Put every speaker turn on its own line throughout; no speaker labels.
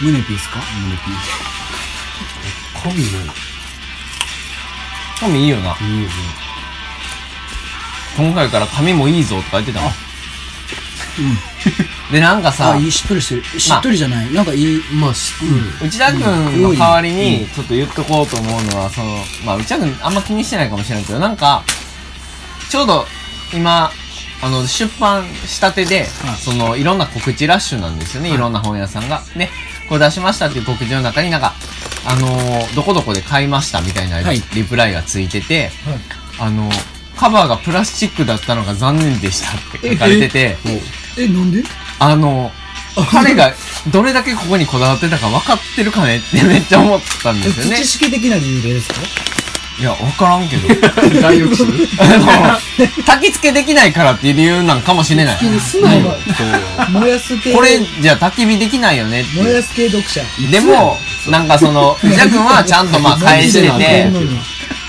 胸ピースか
胸ピース。コミね。
髪いいよない
いよね。
今回から髪もいいぞとか言ってたもん でなんかさ
あ、いい、しっとりしてる。しっとりじゃない。なんかいい。
まあ、しうん。
内田君の代わりにちょっと言っとこうと思うのはそのまあ内田君あんま気にしてないかもしれないけどなんかちょうど今あの出版したてで、
はい
そのいろんな告知ラッシュなんですよね、い、ろんな本屋さんがでこれ出しましたっていう告知の中になんかあのーどこどこで買いましたみたいなリ,、
はい
プライがついてて、
はい
あのカバーがプラスチックだったのが残念でしたって書かれてて
え、なんで
あの、彼がどれだけここにこだわってたか分かってるか ねってめっちゃ思ったんですよね
知。識的な理由でですか
いや、分からんけど。
大浴室
あの、焚き付けできないからっていう理由なんかもしれない。
素直な。燃やす系。
これじゃ焚き火できないよねって
燃
い
や
う。
す系読者。
でも、なんかその、ジャ君はちゃんとまあ返してて、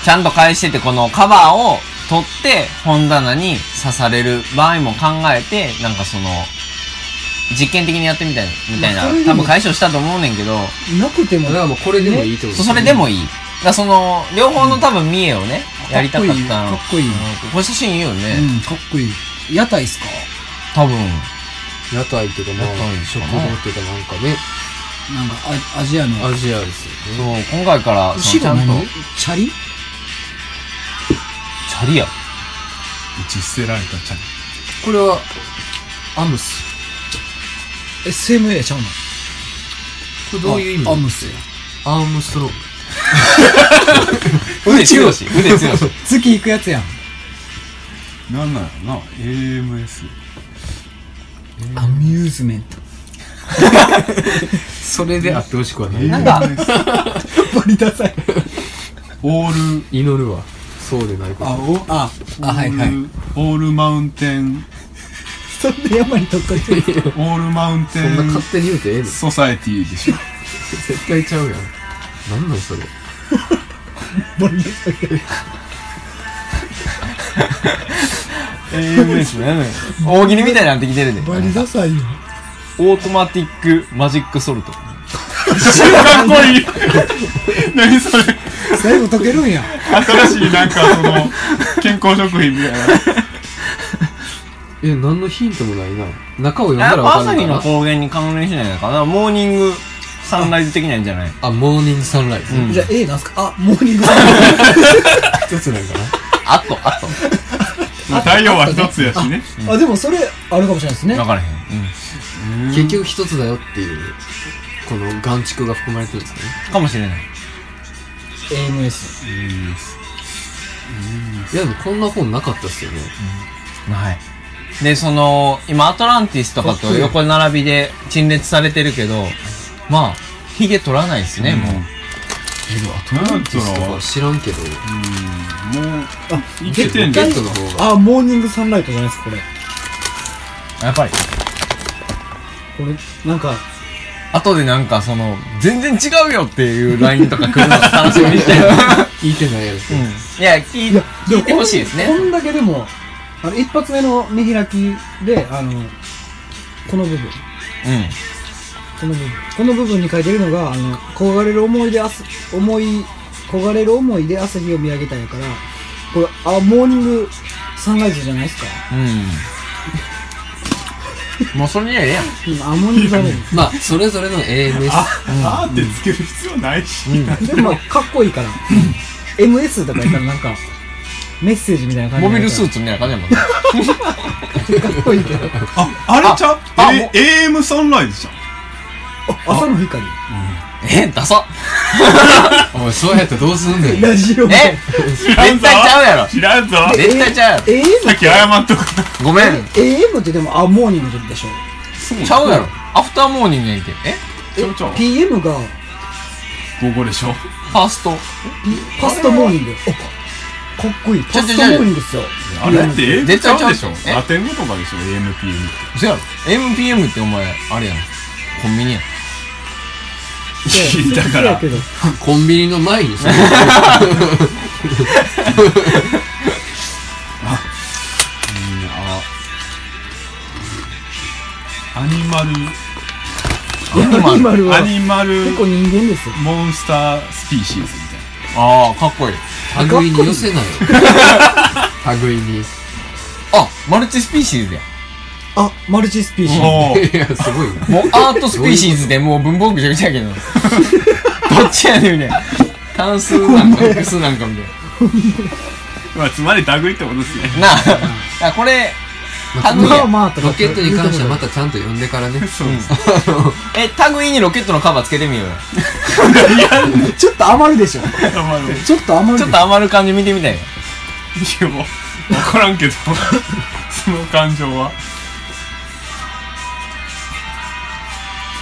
ちゃんと返してて、このカバーを取って本棚に刺される場合も考えて、なんかその、実験的にやってみたいな、みたい
まあそれで
な、
も
多分解消したと思うねんけど、
なくても
だか、らもうこれでもいいってこと
そうそれでもいい。だからその、両方の多分見栄をね、やりたかったの。
かっこいいよか
うんこれ写真いいよね。
うん、かっこいい。屋台っすか
多分。
屋台っていうかまあ
屋台
食堂っていうかなんかね
なんか、あアジアの。
アジアですよ
そ
ね
う、今回から、そ
後
のちゃ
ろ
んと、
何チャリ
チャリや。
打ち捨てられたチャリ
これはアムス
?SMA ちゃうの
これどういう意味
あアムスや。
アームストロング
腕強し。腕強 し。
月行くやつやん。
なんなんやろな AMS
アミューズメント。
それであってほしくはない
なんか、
バリダサい。
オール
祈るわそうでないこ
あ、
と
お、あ、あ、
オ
はいはい
ー。ルオールマウンテン
そんな山にとっといて。
オールマウンテ
そんな
ン
勝手に言うてええの
ソサエティでしょ
絶対ちゃうやんなんなんそれ
バリダサい。
AMS ね。 大喜利みたいになってきてるで。
バリダサいよ。
オートマティックマジックソルト。
かっこいい 何それ
最後溶けるんや。
新しいなんかその健康食品みたいな
え何のヒントもないな中を読んだ
やっ
ら
ぱ
わか
朝
る
日
の
の
かな
高原に関連しないのかな。モーニングサンライズ的なんじゃない
あモーニングサンライズ
うん
じゃあ A なんすかあ、モーニングサ
一つなんかな
あっと、あっと。
太陽は一つやしね
ン あ、でもそれ、あるかもしれないですね。
わからへん。
結局一つだよっていうこの眼蓄が含まれてるんですね
うん。かもしれない。
AMS。
いやでもこんな本なかったっすよね
はい。で、その、今、アトランティスとかと横並びで陳列されてるけど、まあ、ヒゲ取らないですね、もう。
え
なん
アトランティスとか知らんけど
うんもういけてん
ゲ
ね
ットの方が
あ、モーニングサンライトじゃないですか、これ。
やっぱり。
これ、なんか、
後でなんか、その、全然違うよっていうラインとか来るの楽しみにして る。
聞いてないやつ
うん。いや、聞い聞いてほしいです
こ
ね。
んだけでも、あの、一発目の見開きで、あの、この部分。
う
この部分この部分に書いてるのが「あの焦がれる思いで明日思い焦がれる思いで朝日を見上げたんやからこれあモーニングサンライズじゃないですか
ん。うん。もうそれにはええ やん。
うんあモーニングサンライ
まあそれぞれの AMS
あーってつける必要ないし
ズでもかっこいいから MS とか言ったらなんかメッセージみたいな感じ
モビルスー
ツ
ツみたいな感じ やもんね。
かっこいい けど
ああれちゃう
あもう
え AM サンライズじゃん
朝の光
え、ダサ
おいそうやってどうすんねん
ラジオも
え
絶
絶対ちゃうやろ
知らんぞ
絶対ちゃうやろ
AM
さっき謝っとく
ご めん。
AM ってでもあモーニングでしょ
ちゃうやろアフターモーニングやんけ。え
ちょちょ
PM が
午後でしょ
ファースト。
パストモーニングおかっこいいパストモーニングっすよ
あれって AM
絶
ちゃ
対ちゃ
う
う
でしょ
え
ラテン語とかでしょ AMPM
そやろ MPM ってお前あれやんコンビニやん
ってだか
や
ら
けど
コンビニの前にその
アニマル
アニマルは
アニマル
結構人間ですよ
モンスタースピーシーズみたいな
ああ、かっこいい。
類に寄せないよ 類にい
あ、マルチスピーシーズや。
あマルチスピーシー
おー
やすごいな
もうアートスピーシーズでもう文房具じゃみたいやけど。 どっちやねんね。単数なんか複数なんかみたい
まあつまり類ってことですね
な。なあ、あこれ、
まあ
類
ま
や
あまあとか
ロケットに関してはまたちゃんと呼んでからね
そうです
え、類にロケットのカバーつけてみようよ。
ちょっと余るでしょ
頭のい
ちょっと余る
ち
で
ょ
し
っ
ょ
と余る感じ見てみたいよ。
やもう分からんけどその感情は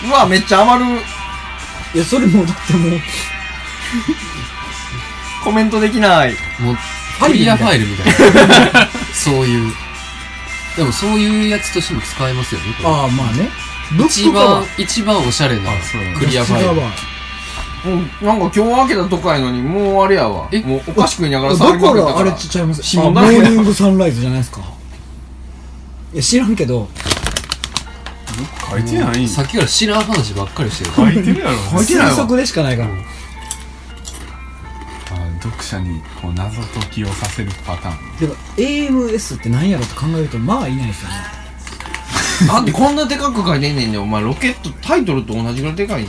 うわ、めっちゃ余る。
いやそれもうだってもう
コメントできない。
もうクリアファイルみたいな そういうでもそういうやつとしても使えますよねこれ
ああまあねブッ
一
クカバ
番
ー
一番おしゃれな
そう
クリアファイル
うん、なんか今日開けたとかやのに、もうあれやわ。
え
もうお菓子食いながら
だ
触りま
か
くった
ら
か
あれ
ら。
ちっちゃいます
指
あモ
紋だらけや
ーニングサンライズじゃないですかいや知らんけど
書いてない
さっきから知らん話ばっかりしてる
書いてるやろ
推測でしかないから
あ読者にこう謎解きをさせるパターン
でも AMS って何やろと考えるとまあいないですよね
だってこんなでかく書いてんねんで、お前ロケットタイトルと同じぐらいでかいん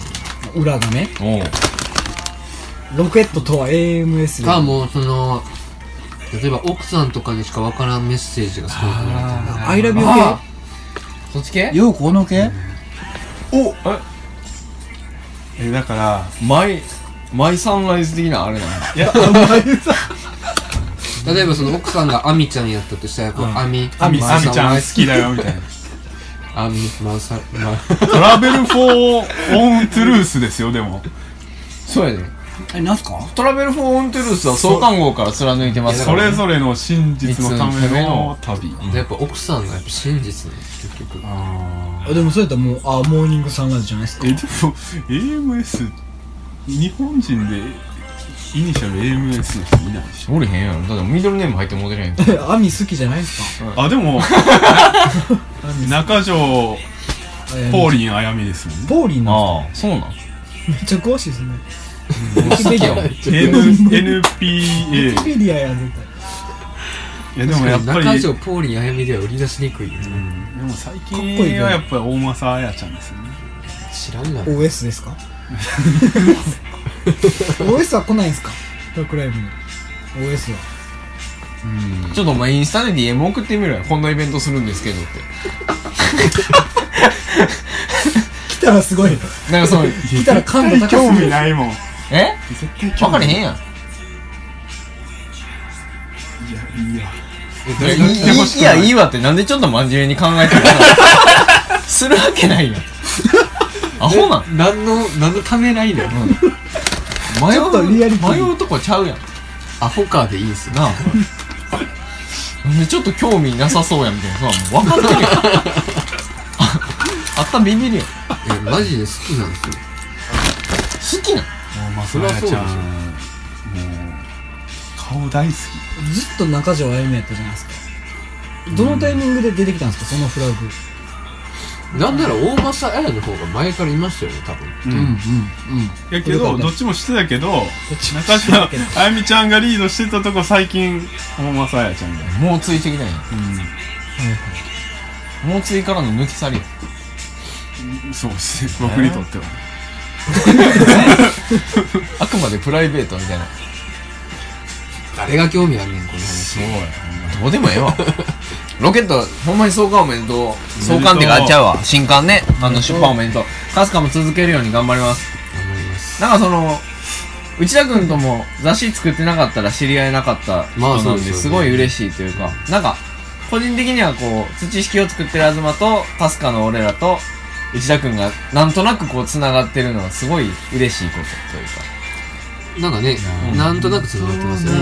裏がね
おう
ロケットとは AMS
か
で
もうその例えば奥さんとかにしかわからんメッセージがすごくられてるな
アイラビュー
あそっち系
系ようこの系
おええだから
マイ、マイサンライズ的なあれなの
例えばその奥さんがアミちゃんやったとしたらこう
うん
アミ
「アミアミちゃん好きだよ」みたいな
アミマサマ
「トラベル・フォー・オン・トゥルース」ですよでも
そうやで。
えなんすか
トラベル・フォー・オン・トゥルースは創刊号から貫いてますか
そ
ら
れぞれの真実のための旅
やっぱ奥さんがやっぱ真実なんです結局
あ
でもそうやったらもうあモーニングサンライズじゃないです
ー
か
えでも AMS 日本人でイニシャル AMS の人いないでしょ
おれへんやろ。だってミドルネーム入っても出れへん。
アミ好きじゃないですか
あでも中条ポー
リ
リンあやみですもんね
ポーリーの
ああ、そうなん
めっちゃ詳しいですね
好きやわ
N- NPA
ウィキペディアや絶
いやでもやっぱり
中条ポーリンあやみでは売り出しにくいよ、
でも最
かっこいいけ
近
ど
はやっぱり大政あやちゃんですよね
知らんがな
対 OS ですか OS は来ないんすかトークライブに OS は
ちょっとお前インスタで DM 送ってみろよ。こんなイベントするんですけどって。
来たらすごい
なんか そう、
来たら感度高すぎる
興味ないもん
え
絶対興
わか
味
れ
な
へ
い
んやん。
いやい
いや
や
いいいいや、いいわって、なんでちょっと真面目に考えてる のするわけないやん。アホなん
何の何のためないの、
迷
ちょっとリアリティ
う、迷うとこちゃうやん。
アホかでいいんすよ
なあ。なんでちょっと興味なさそうやんみたいな。そんなもう分かってるやん。ああったビビるやん。
いやマジで好きなんですよ
好きなん
大
そり
政
ゃそうでしょ
あやちゃんもう顔大好
ずっと中条あやみやったじゃないですかどのタイミングで出てきたんですかそのフラグ
なんなら大政あやの方が前からいましたよね多分
きうん
うん
いやけどどっちもしてたけど
ちも
中
してた
島
けど
あやみちゃんがリードしてたとこ最近大政あやちゃんが
もうついてきたんやん。もうついからの抜き去りやん。
うんそうですね僕にとっては
あくまでプライベートみたいな。
誰が興味あんねんこの話
そうや
どうでもええ わ。ロケット、ほんまに創刊おめでとう。創刊ってかあっちゃうわ。新刊ね。あの、出版おめでとう。カスカも続けるように頑張ります。
思います
なんかその、内田君とも雑誌作ってなかったら知り合えなかった人
まあ
な
そうんです
で、
よね
すごい嬉しいというか、なんか、個人的にはこう、土式を作ってる東と、カスカの俺らと、内田君がなんとなくこう繋がってるのはすごい嬉しいことというか。
なんかね
うん
なんとなくつながってますよね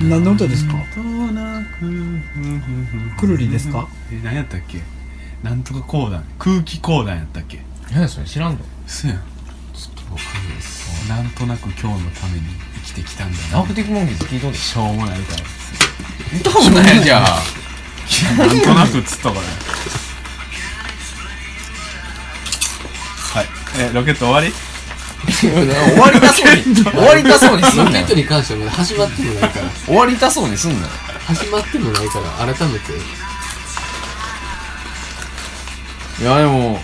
うん何の歌ですか
く
くるりですか
え何やったっけなんとか講談空気講談やったっけ
何それ知らんの
そうやん
ちょっとわかんないです
なんとなく今日のために生きてきたんだ
ア
な
ークティックモンキーズ聞いとんでし
しょうもないか
ょ歌もないじゃあ。
らなんとなくっつったから はいえロケット終わり
終わりたそうに、終わりたそうにす
ロ
ん
ケ
なよ
ット。に関してはまだ始まってもないから、
終わりたそうにすんなよ。
始まってもないから、改めて。
いや、でも、も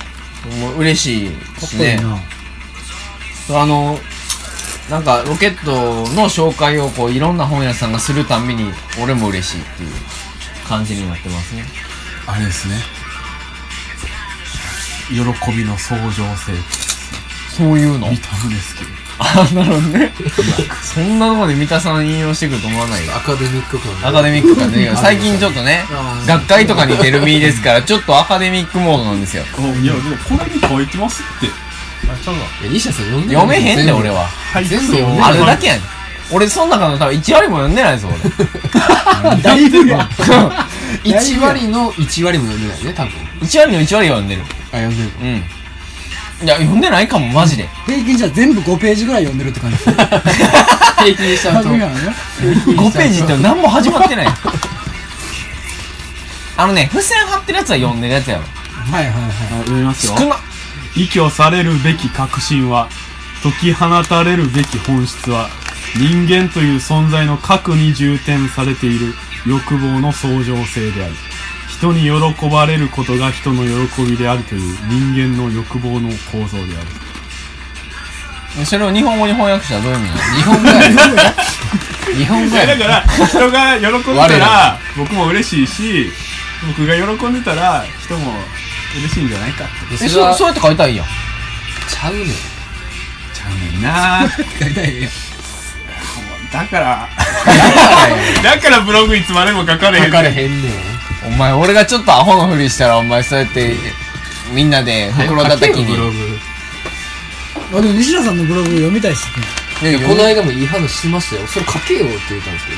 う嬉しい
かっ
し
こいい
ね。
な。
あの、なんか、ロケットの紹介を、こう、いろんな本屋さんがするたんびに、俺も嬉しいっていう感じになってますね。
あれですね喜びの相乗性
そういうの
見たんですけど
あ、なるほどね。そんなとこで三田さん引用してくると思わないよ
ア。カデミック感が
アカデミック感ね。最近ちょっとね、学会とかに出る身ですから、ちょっとアカデミックモードなんですよ。
おいやでもこれに書いてますって
いや西田さん読んでない
読めへんね、俺は。
はい
全部読んで
あ
ない
るだけやねん。俺、その中の多分1割も読んでないぞ、俺。
だいぶや。
1割の1割も読んでないね多分
1割の1割は読んでる。
あ読んでる
うん。いや、読んでないかも、マジで。
平均じゃ全部5ページぐらい読んでるって感じ。
平均しちゃうと
ダメなのね。
5ページって何も始まってない。あのね、付箋貼ってるやつは読んでるやつやろ。
はいはいはい。
あ読みますよ
少な。
依拠されるべき確信は解き放たれるべき本質は人間という存在の核に充填されている欲望の相乗性である人に喜ばれることが人の喜びであるという人間の欲望の構造である
それを日本語に翻訳したらどういう意味なの
日本語やね日本語やね
から人が喜ん
我ら
僕も嬉しいし僕が喜んでたら人も嬉しいんじゃないかって
え
え、
それ
そう、
はち
そうやって書いたらいいやん。
ゃうねん
ちゃうねんなだから だからブログいつまでも書かれ
書かれへんねん
お前、俺がちょっとアホのふりしたら、お前、そうやって、みんなで袋叩き
書けよブロ
に。
グ
あでも西田さんのブログ読みたいっすね。
いや
この間もいい話しましたよそれ書けよって言ったんですけ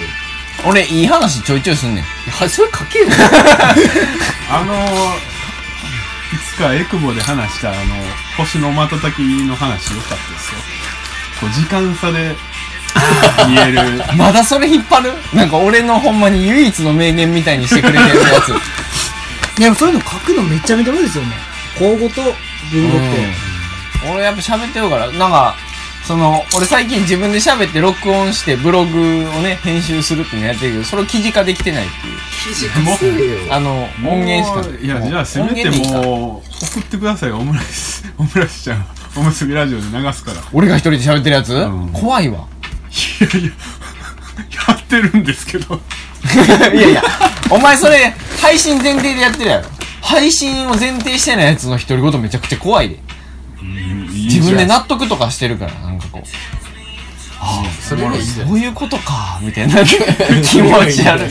どい
俺、いい話ちょいちょいすんねん。
やそれ書けよ
あのー、いつかエクボで話したあの星の瞬きの話良かったですよこう時間差で見える
まだそれ引っ張るなんか俺のほんまに唯一の名言みたいにしてくれてるや つ。
でもそういうの書くのめちゃめちゃ多いですよね。口語と文語って。
俺やっぱ喋ってるから、なんか、その、俺最近自分で喋って録音してブログをね、編集するっていうのやってるけど、それを記事化できてないっていう。
記事書せえよ
あの、音源しか
もういやじゃあせめて
音源でいいか
もう送ってくださいよオムライス オムライスちゃんおむすびラジオで流すから
俺が一人で喋ってるやつ、
うん
怖いわ。
いやいややってるんですけど
いやいや、お前それ、配信前提でやってるやろ。配信を前提してないやつの独り言めちゃくちゃ怖いで。自分で納得とかしてるから、なんかこう。
それがいいじゃん
そういうことか、みたいな 気持ちある。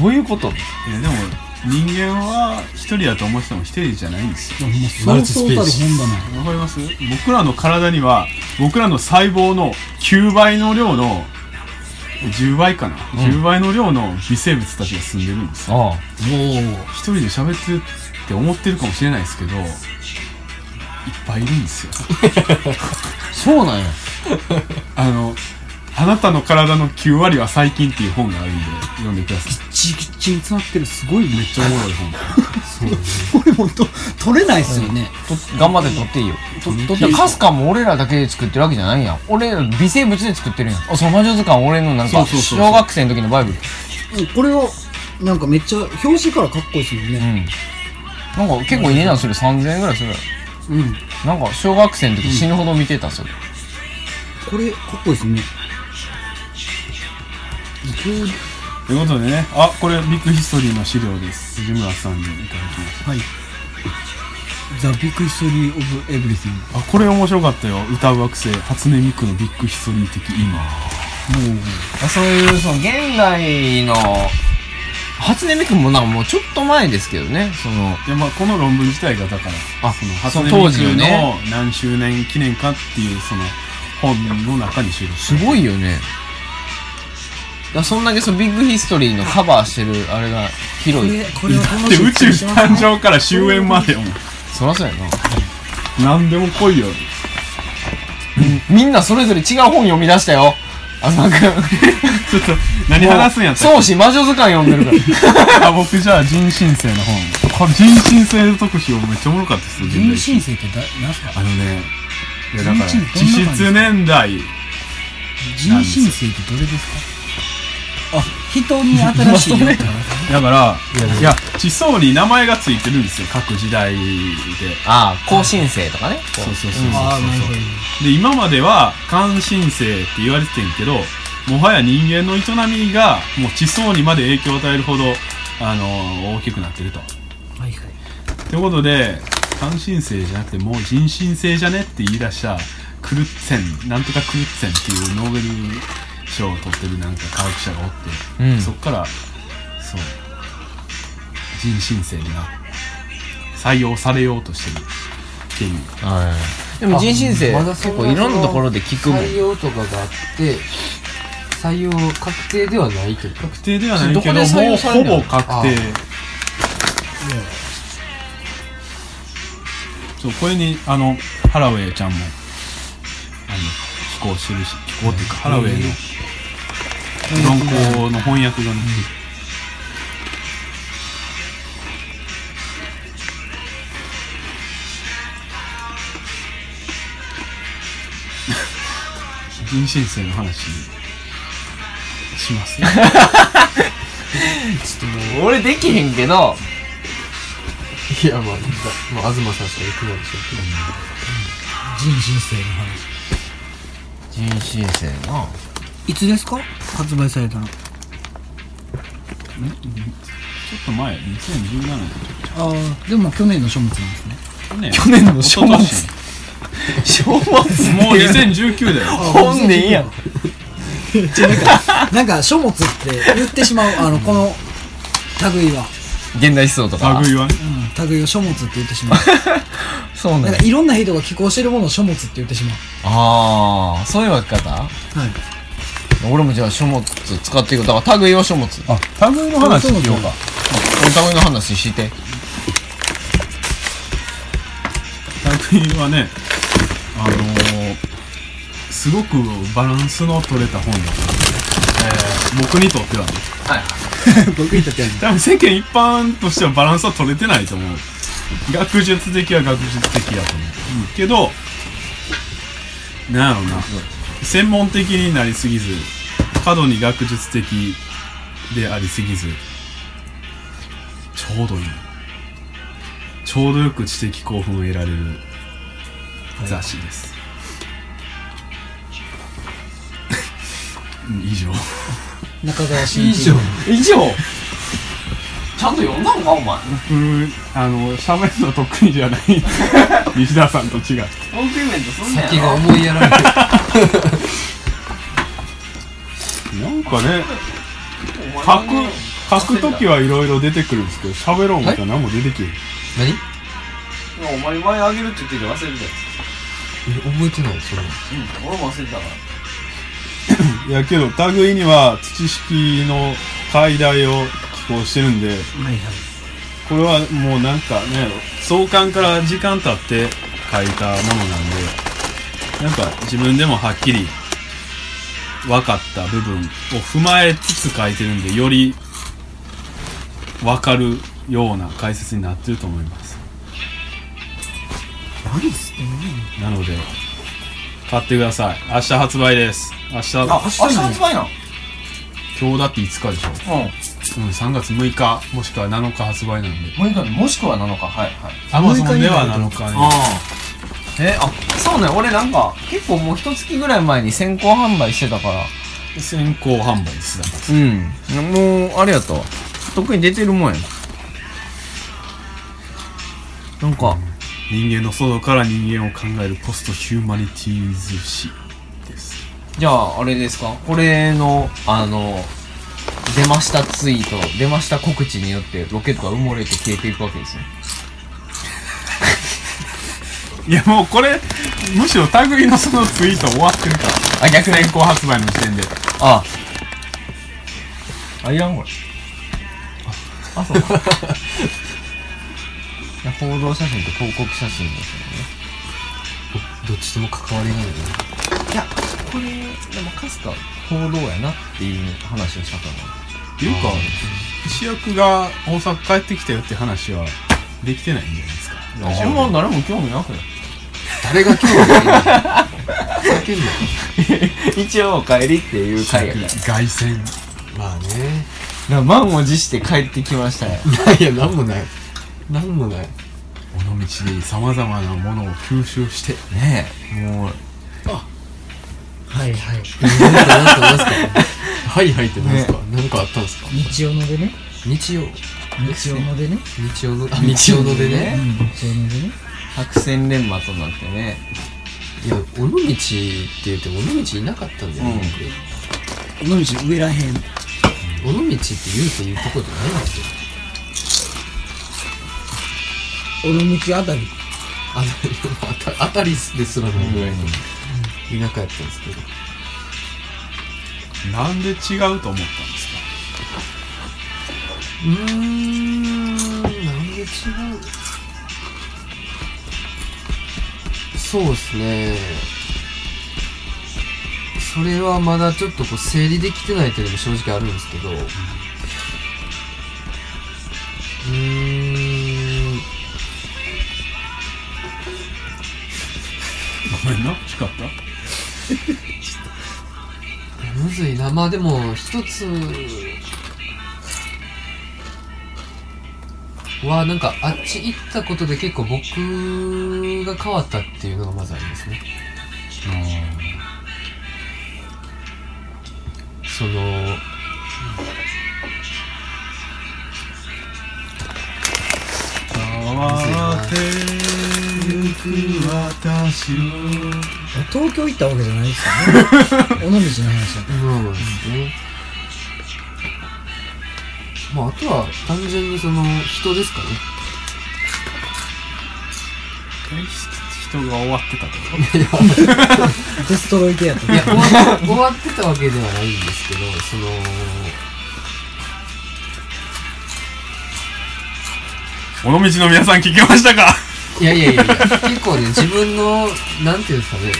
どういうこと
いやでも人間は一人だと思ってても一人じゃないんですよ
マルチスペース。そうそうたる
わかります僕らの体には僕らの細胞の9倍の量の10倍かな、10倍の量の微生物たちが住んでるんですよ
ああ。
本だな。
一人で喋ってるって思ってるかもしれないですけどいっぱいいるんですよ
そうなんや。
あの「あなたの体の9割は細菌」っていう本があるんで読んでください
おお。ちぎっちに詰まってる。すごい
め
ね。
っちゃおもろい本
これ本当取れないっすよね。
と頑張って撮っていいよ。
と
だってカスカも俺らだけで作ってるわけじゃないやん。俺ら微生物で作ってるやん。あ、その魔女図鑑俺のなん
そ
か、
うそうそうそう
小学生の時のバイブル。
うんこれは、なんかめっちゃ、表紙からかっこいいっすもん
う
ね。
ん。なんか結構いい値段する。3000円ぐらいするや
うん。
ろ。なんか小学生の時死ぬほど見てた、それ。
これ、かっこいいっすね。急に
ということでねあこれビッグヒストリーの資料です藤村さんにいただきました
はい。ザ・ビッグ・ストーリー・オブ・エブリティング。
あこれ面白かったよ歌う惑星初音ミクのビッグヒストリー的今
そういう、その現代の、初音ミクもなんかもうちょっと前ですけどね、その、
いやまあこの論文自体がだから
あ、
その
そ
初音
の
ミ
当時の
ク
ね、
の何周年記念かっていうその本の中に記録
すごいよね。だからそんだけそのビッグヒストリーのカバーしてるあれが
こ
広い。
れ、これは楽
で
しい
宇宙
します
誕生から終焉までよ
そらそうやな。
何でも来いよ
みんなそれぞれ違う本読み出したよ。あずまくん。
ちょっと何話すんやったっ
そうし、魔女図鑑読んでるか
けあ僕じゃあ人新世の本
ら。
これ人身性特集めっちゃおもろかったですよ
人
代
身性ってだ何すか
あのねいやだから
人身
実質年代
人身性ってどれですかあ人に新しいよって話
だから
いやでも
いや地層に名前がついてるんですよ各時代で
ああ、更新生とかね。
そうそうそうそう
ああなるほど
で今までは関心性って言われててんけどもはや人間の営みがもう地層にまで影響を与えるほど、あの大きくなってると。
はいはい
ということで関心性じゃなくてもう人身性じゃねって言い出したクルッツェンなんとかクルッツェンっていうノーベル賞を取ってるなんか科学者がおって、
うん
そっからそう人身性にな採用されようとしてるっていう
でも人身生、
あまだそ
結
んな
構いろんなところで聞くもん。
採用とかがあって採用確定ではないけど
確定ではないけど
どこで採
も
用
う
され
ほ
んの
ぼ確定そうこれにあのハラウェイちゃんもあの寄稿してるし寄稿っていうかハラウェイの論考の翻訳がね 人身性の話しますね
俺できへんけど、
いやまあ、だまあ、東さんしか言ってないでしょう
人身性の話
人身生ない
つですか発売されたの
ちょっと前2017年
ああでも去年の書物なんですね
去年去年の
書物しょうもない
もう2019だよ
本年やん。
なんか書物って言ってしまうあのこの類は、
現代思想とか。
類はね
うん、類を書物って言ってしまう
そうなん
なん
や
かいろんな人が寄稿してるものを書物って言ってしま
ああ、そういう分け方
う はい
俺もじゃあ書物使っていく。だから類は書物。
あ類の話聞ようか
お類の話して。
類はねあのー、すごくバランスの取れた本だった、えー、僕にとってはね
はい。
僕にとっては
多分世間一般としてはバランスは取れてないと思う学術的は学術的やと思う、けどなんやろうな専門的になりすぎず過度に学術的でありすぎずちょうどいいちょうどよく知的興奮を得られる雑誌です、うん以 上
中川慎一
以上ちゃんと読んだのかお前。
僕あの喋るの得意じゃ ない西田さんと違う
コンプリメントすん
先が 思いやられてる
なんかね書く書く時はいろいろ出てくるんですけど喋ろうみたいな何も出てきる
何
お前前あげるって言ってる忘れて
え覚えてないそれ
たうん俺も忘れてたから
いやけど類には土式の解題を寄稿してるんで
はいはい
これはもうなんかね創刊から時間経って書いたものなんでなんか自分でもはっきり分かった部分を踏まえつつ書いてるんでより分かるような解説になってると思います
何すって
なので買ってください明日発売です明日
明日発売なの
今日だって5日でしょ、
うん
うん、3月6日もしくは7日発売なんで
6日のもしくは7日はいはい
Amazon では7日に
ああえあそうね俺なんか結構もう一月ぐらい前に先行販売してたから
先行販売ですだから
うんもうあれやったわ特に出てるもんやなんか
人間の外から人間を考えるポストヒューマニティーズ史です
じゃああれですかこれのあの出ましたツイート出ました告知によってロケットが埋もれて消えていくわけですね
いやもうこれむしろ類のそのツイート終わってるから
あ逆に
先行発売の時点で
ああ。あ、いらんこれ。あ、そう か。いや報道写真と広告写真です
どっちとも関わりないよね
よね。いや、これ、でもかすか報道やなっていう話をしたか
っていうか石役が大阪帰ってきたよって話はできてないんじゃないですか。
あんま誰も興味なくない
誰が興味ないの叫んだ
一応お帰りっていう回やからだか
凱旋。
まあね
ら満を持して帰ってきましたよ
いやなんもないなんもない
尾道に様々なものを吸収して、
ねえもう
はいはい
なんかなんかなんすかはいはいってなんですか、なんかあったんですか
日曜のでね
日曜
日曜のでね
日曜のあ日曜ので
う
ね
ん日曜のでね
白線連磨となってね
いや尾道って言っても尾道いなかったんだよね、
野道上らへん
僕尾道って言うというとこじゃないんですよ
尾道あたり
あたあたあたりですらないぐらいの田舎やったんですけど
なんで違うと思ったんですか
うーんなんで違うそうですねそれはまだちょっとこう整理できてないというのも正直あるんですけどうーん
ごめんな、しかった
むずいなまあでも一つはなんかあっち行ったことで結構僕が変わったっていうのがまずありますねその
慌てゆく私を
東京行ったわけじゃないですよね尾道の話だか
まあまあですねまああとは単純にその人ですかね
人が終わってたとか
らデストロイ系やった
いや終わっ終わってたわけではないんですけどその
尾道の皆さん聞きましたか
いやいやいやいや結構ね自分のなんていうんですかね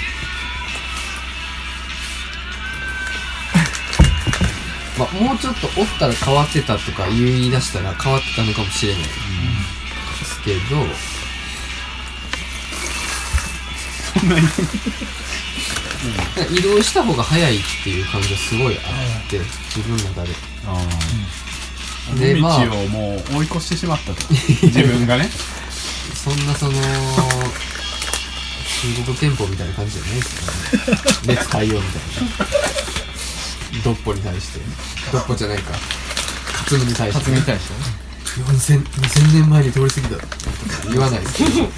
まあもうちょっとおったら変わってたとか言い出したら変わってたのかもしれない、ですけどなんか移動した方が早いっていう感じがすごいあって自分の中でで
尾
まあ
道をもう追い越してしまったと自分がね
そんなその中国憲法みたいな感じじゃないですよね 熱海洋みたいなドッポに対してドッポじゃないかカツミに対して
初めたいでしょ
4000, 2000年前に通り過ぎたとか言わないですけど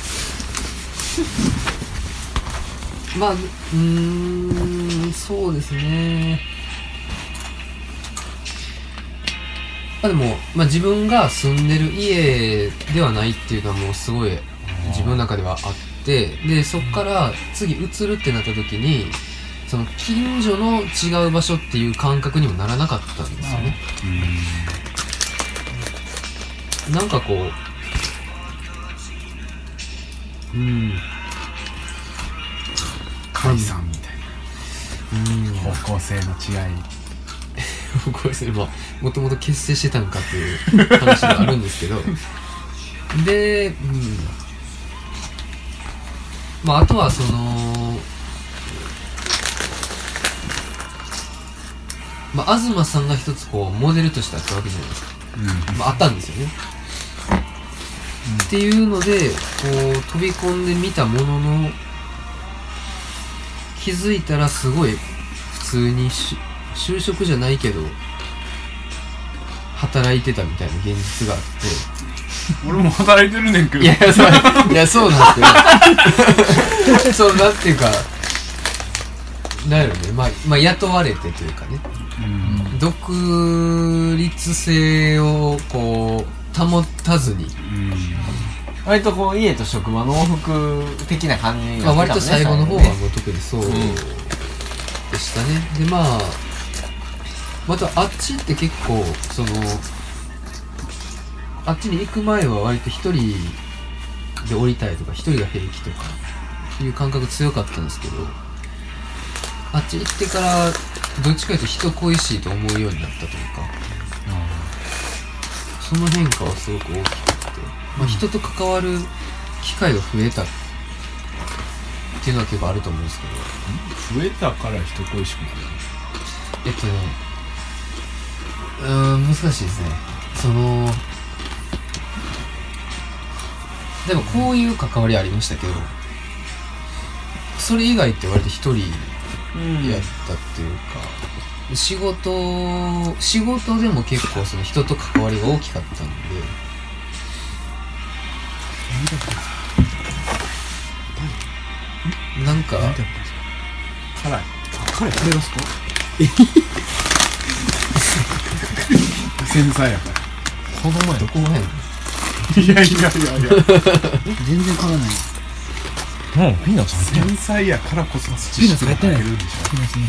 まあうーんそうですねまあでも、まあ、自分が住んでる家ではないっていうのはもうすごい自分の中ではあってでそこから次移るってなった時にその近所の違う場所っていう感覚にもならなかったんですよね。なんかこう、うん、
解散みたいな方向性の違い
これすれば、もともと結成してたのかっていう話があるんですけど、で、うん、まあ、あとはその、まあ、東さんが一つこう、モデルとしてあったわけじゃないですか。まあ、あったんですよね。っていうので、こう、飛び込んでみたものの、気づいたらすごい普通にし就職じゃないけど、働いてたみたいな現実があっ
俺も働いてるねん
て。
けど
い や、そう、いや、そうなんですけど。 そう、なんていうか、なんやろね。まあ、まあ、雇われてというかね。
うん
独立性をこう、保たずに。
うん
割とこう家と職場の往復的な感じになってた
まあ、
もんね
割と最後の方は
最ね
もう特にそうで
ん
したね、でまあまたあっちって結構そのあっちに行く前は割と一人で降りたいとか一人が平気とかいう感覚強かったんですけどあっち行ってからどっちかというと人恋しいと思うようになったというかその変化はすごく大きくてて、まあ、人と関わる機会が増えたっていうのは結構あると思うんですけど
増えたから人恋しくなる
えっとねうーん難しいですねそのでもこういう関わりありましたけどそれ以外って割と一人
うん
やったっていうか、仕事仕事でも結構その人と関わりが大きかったんでなんか
辛い
彼これがすか
繊細やから
この前どこがやねん
いやいやい やいや
全然からない
うんピーナッツ入ってる
繊細やからこそ知識が欠けるんでしょ
そうですね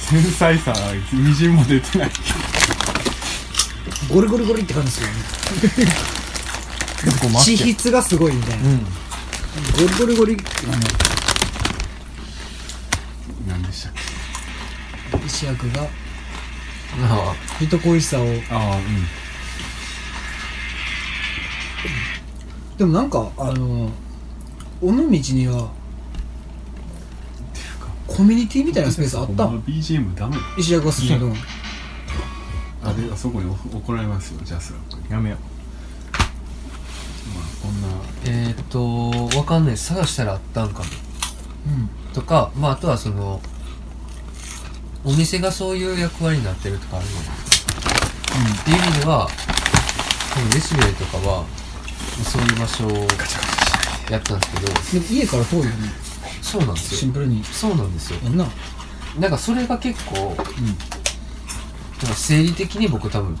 繊細さみじんも出てない
ゴリゴリゴリって感じですよね
結構待
脂
って
質がすごいみたいな、
うん
ゴリゴリゴリあ
何でしたっけ
の石役が
あ
人恋しさを
ああうん
でもなんかあの尾道には
っていうか
コミュニティみたいなスペースあった
ほんま
ん
BGM ダメだ
石役が好きなの
あれあそこに怒られますよジャスラックやめようまあこんな
えーっとわかんない探したらあったんかも
うん
とか、まあ、あとはそのお店がそういう役割になってるとかあるのかなっていう意味では多分デシベルとかはそういう場所をやったんですけ
で
ど
も家から遠いよね
そうなんです
シ
よ
ンプルに
そうなんですよ
やんな
なんかそれが結構、なんか生理的に僕多分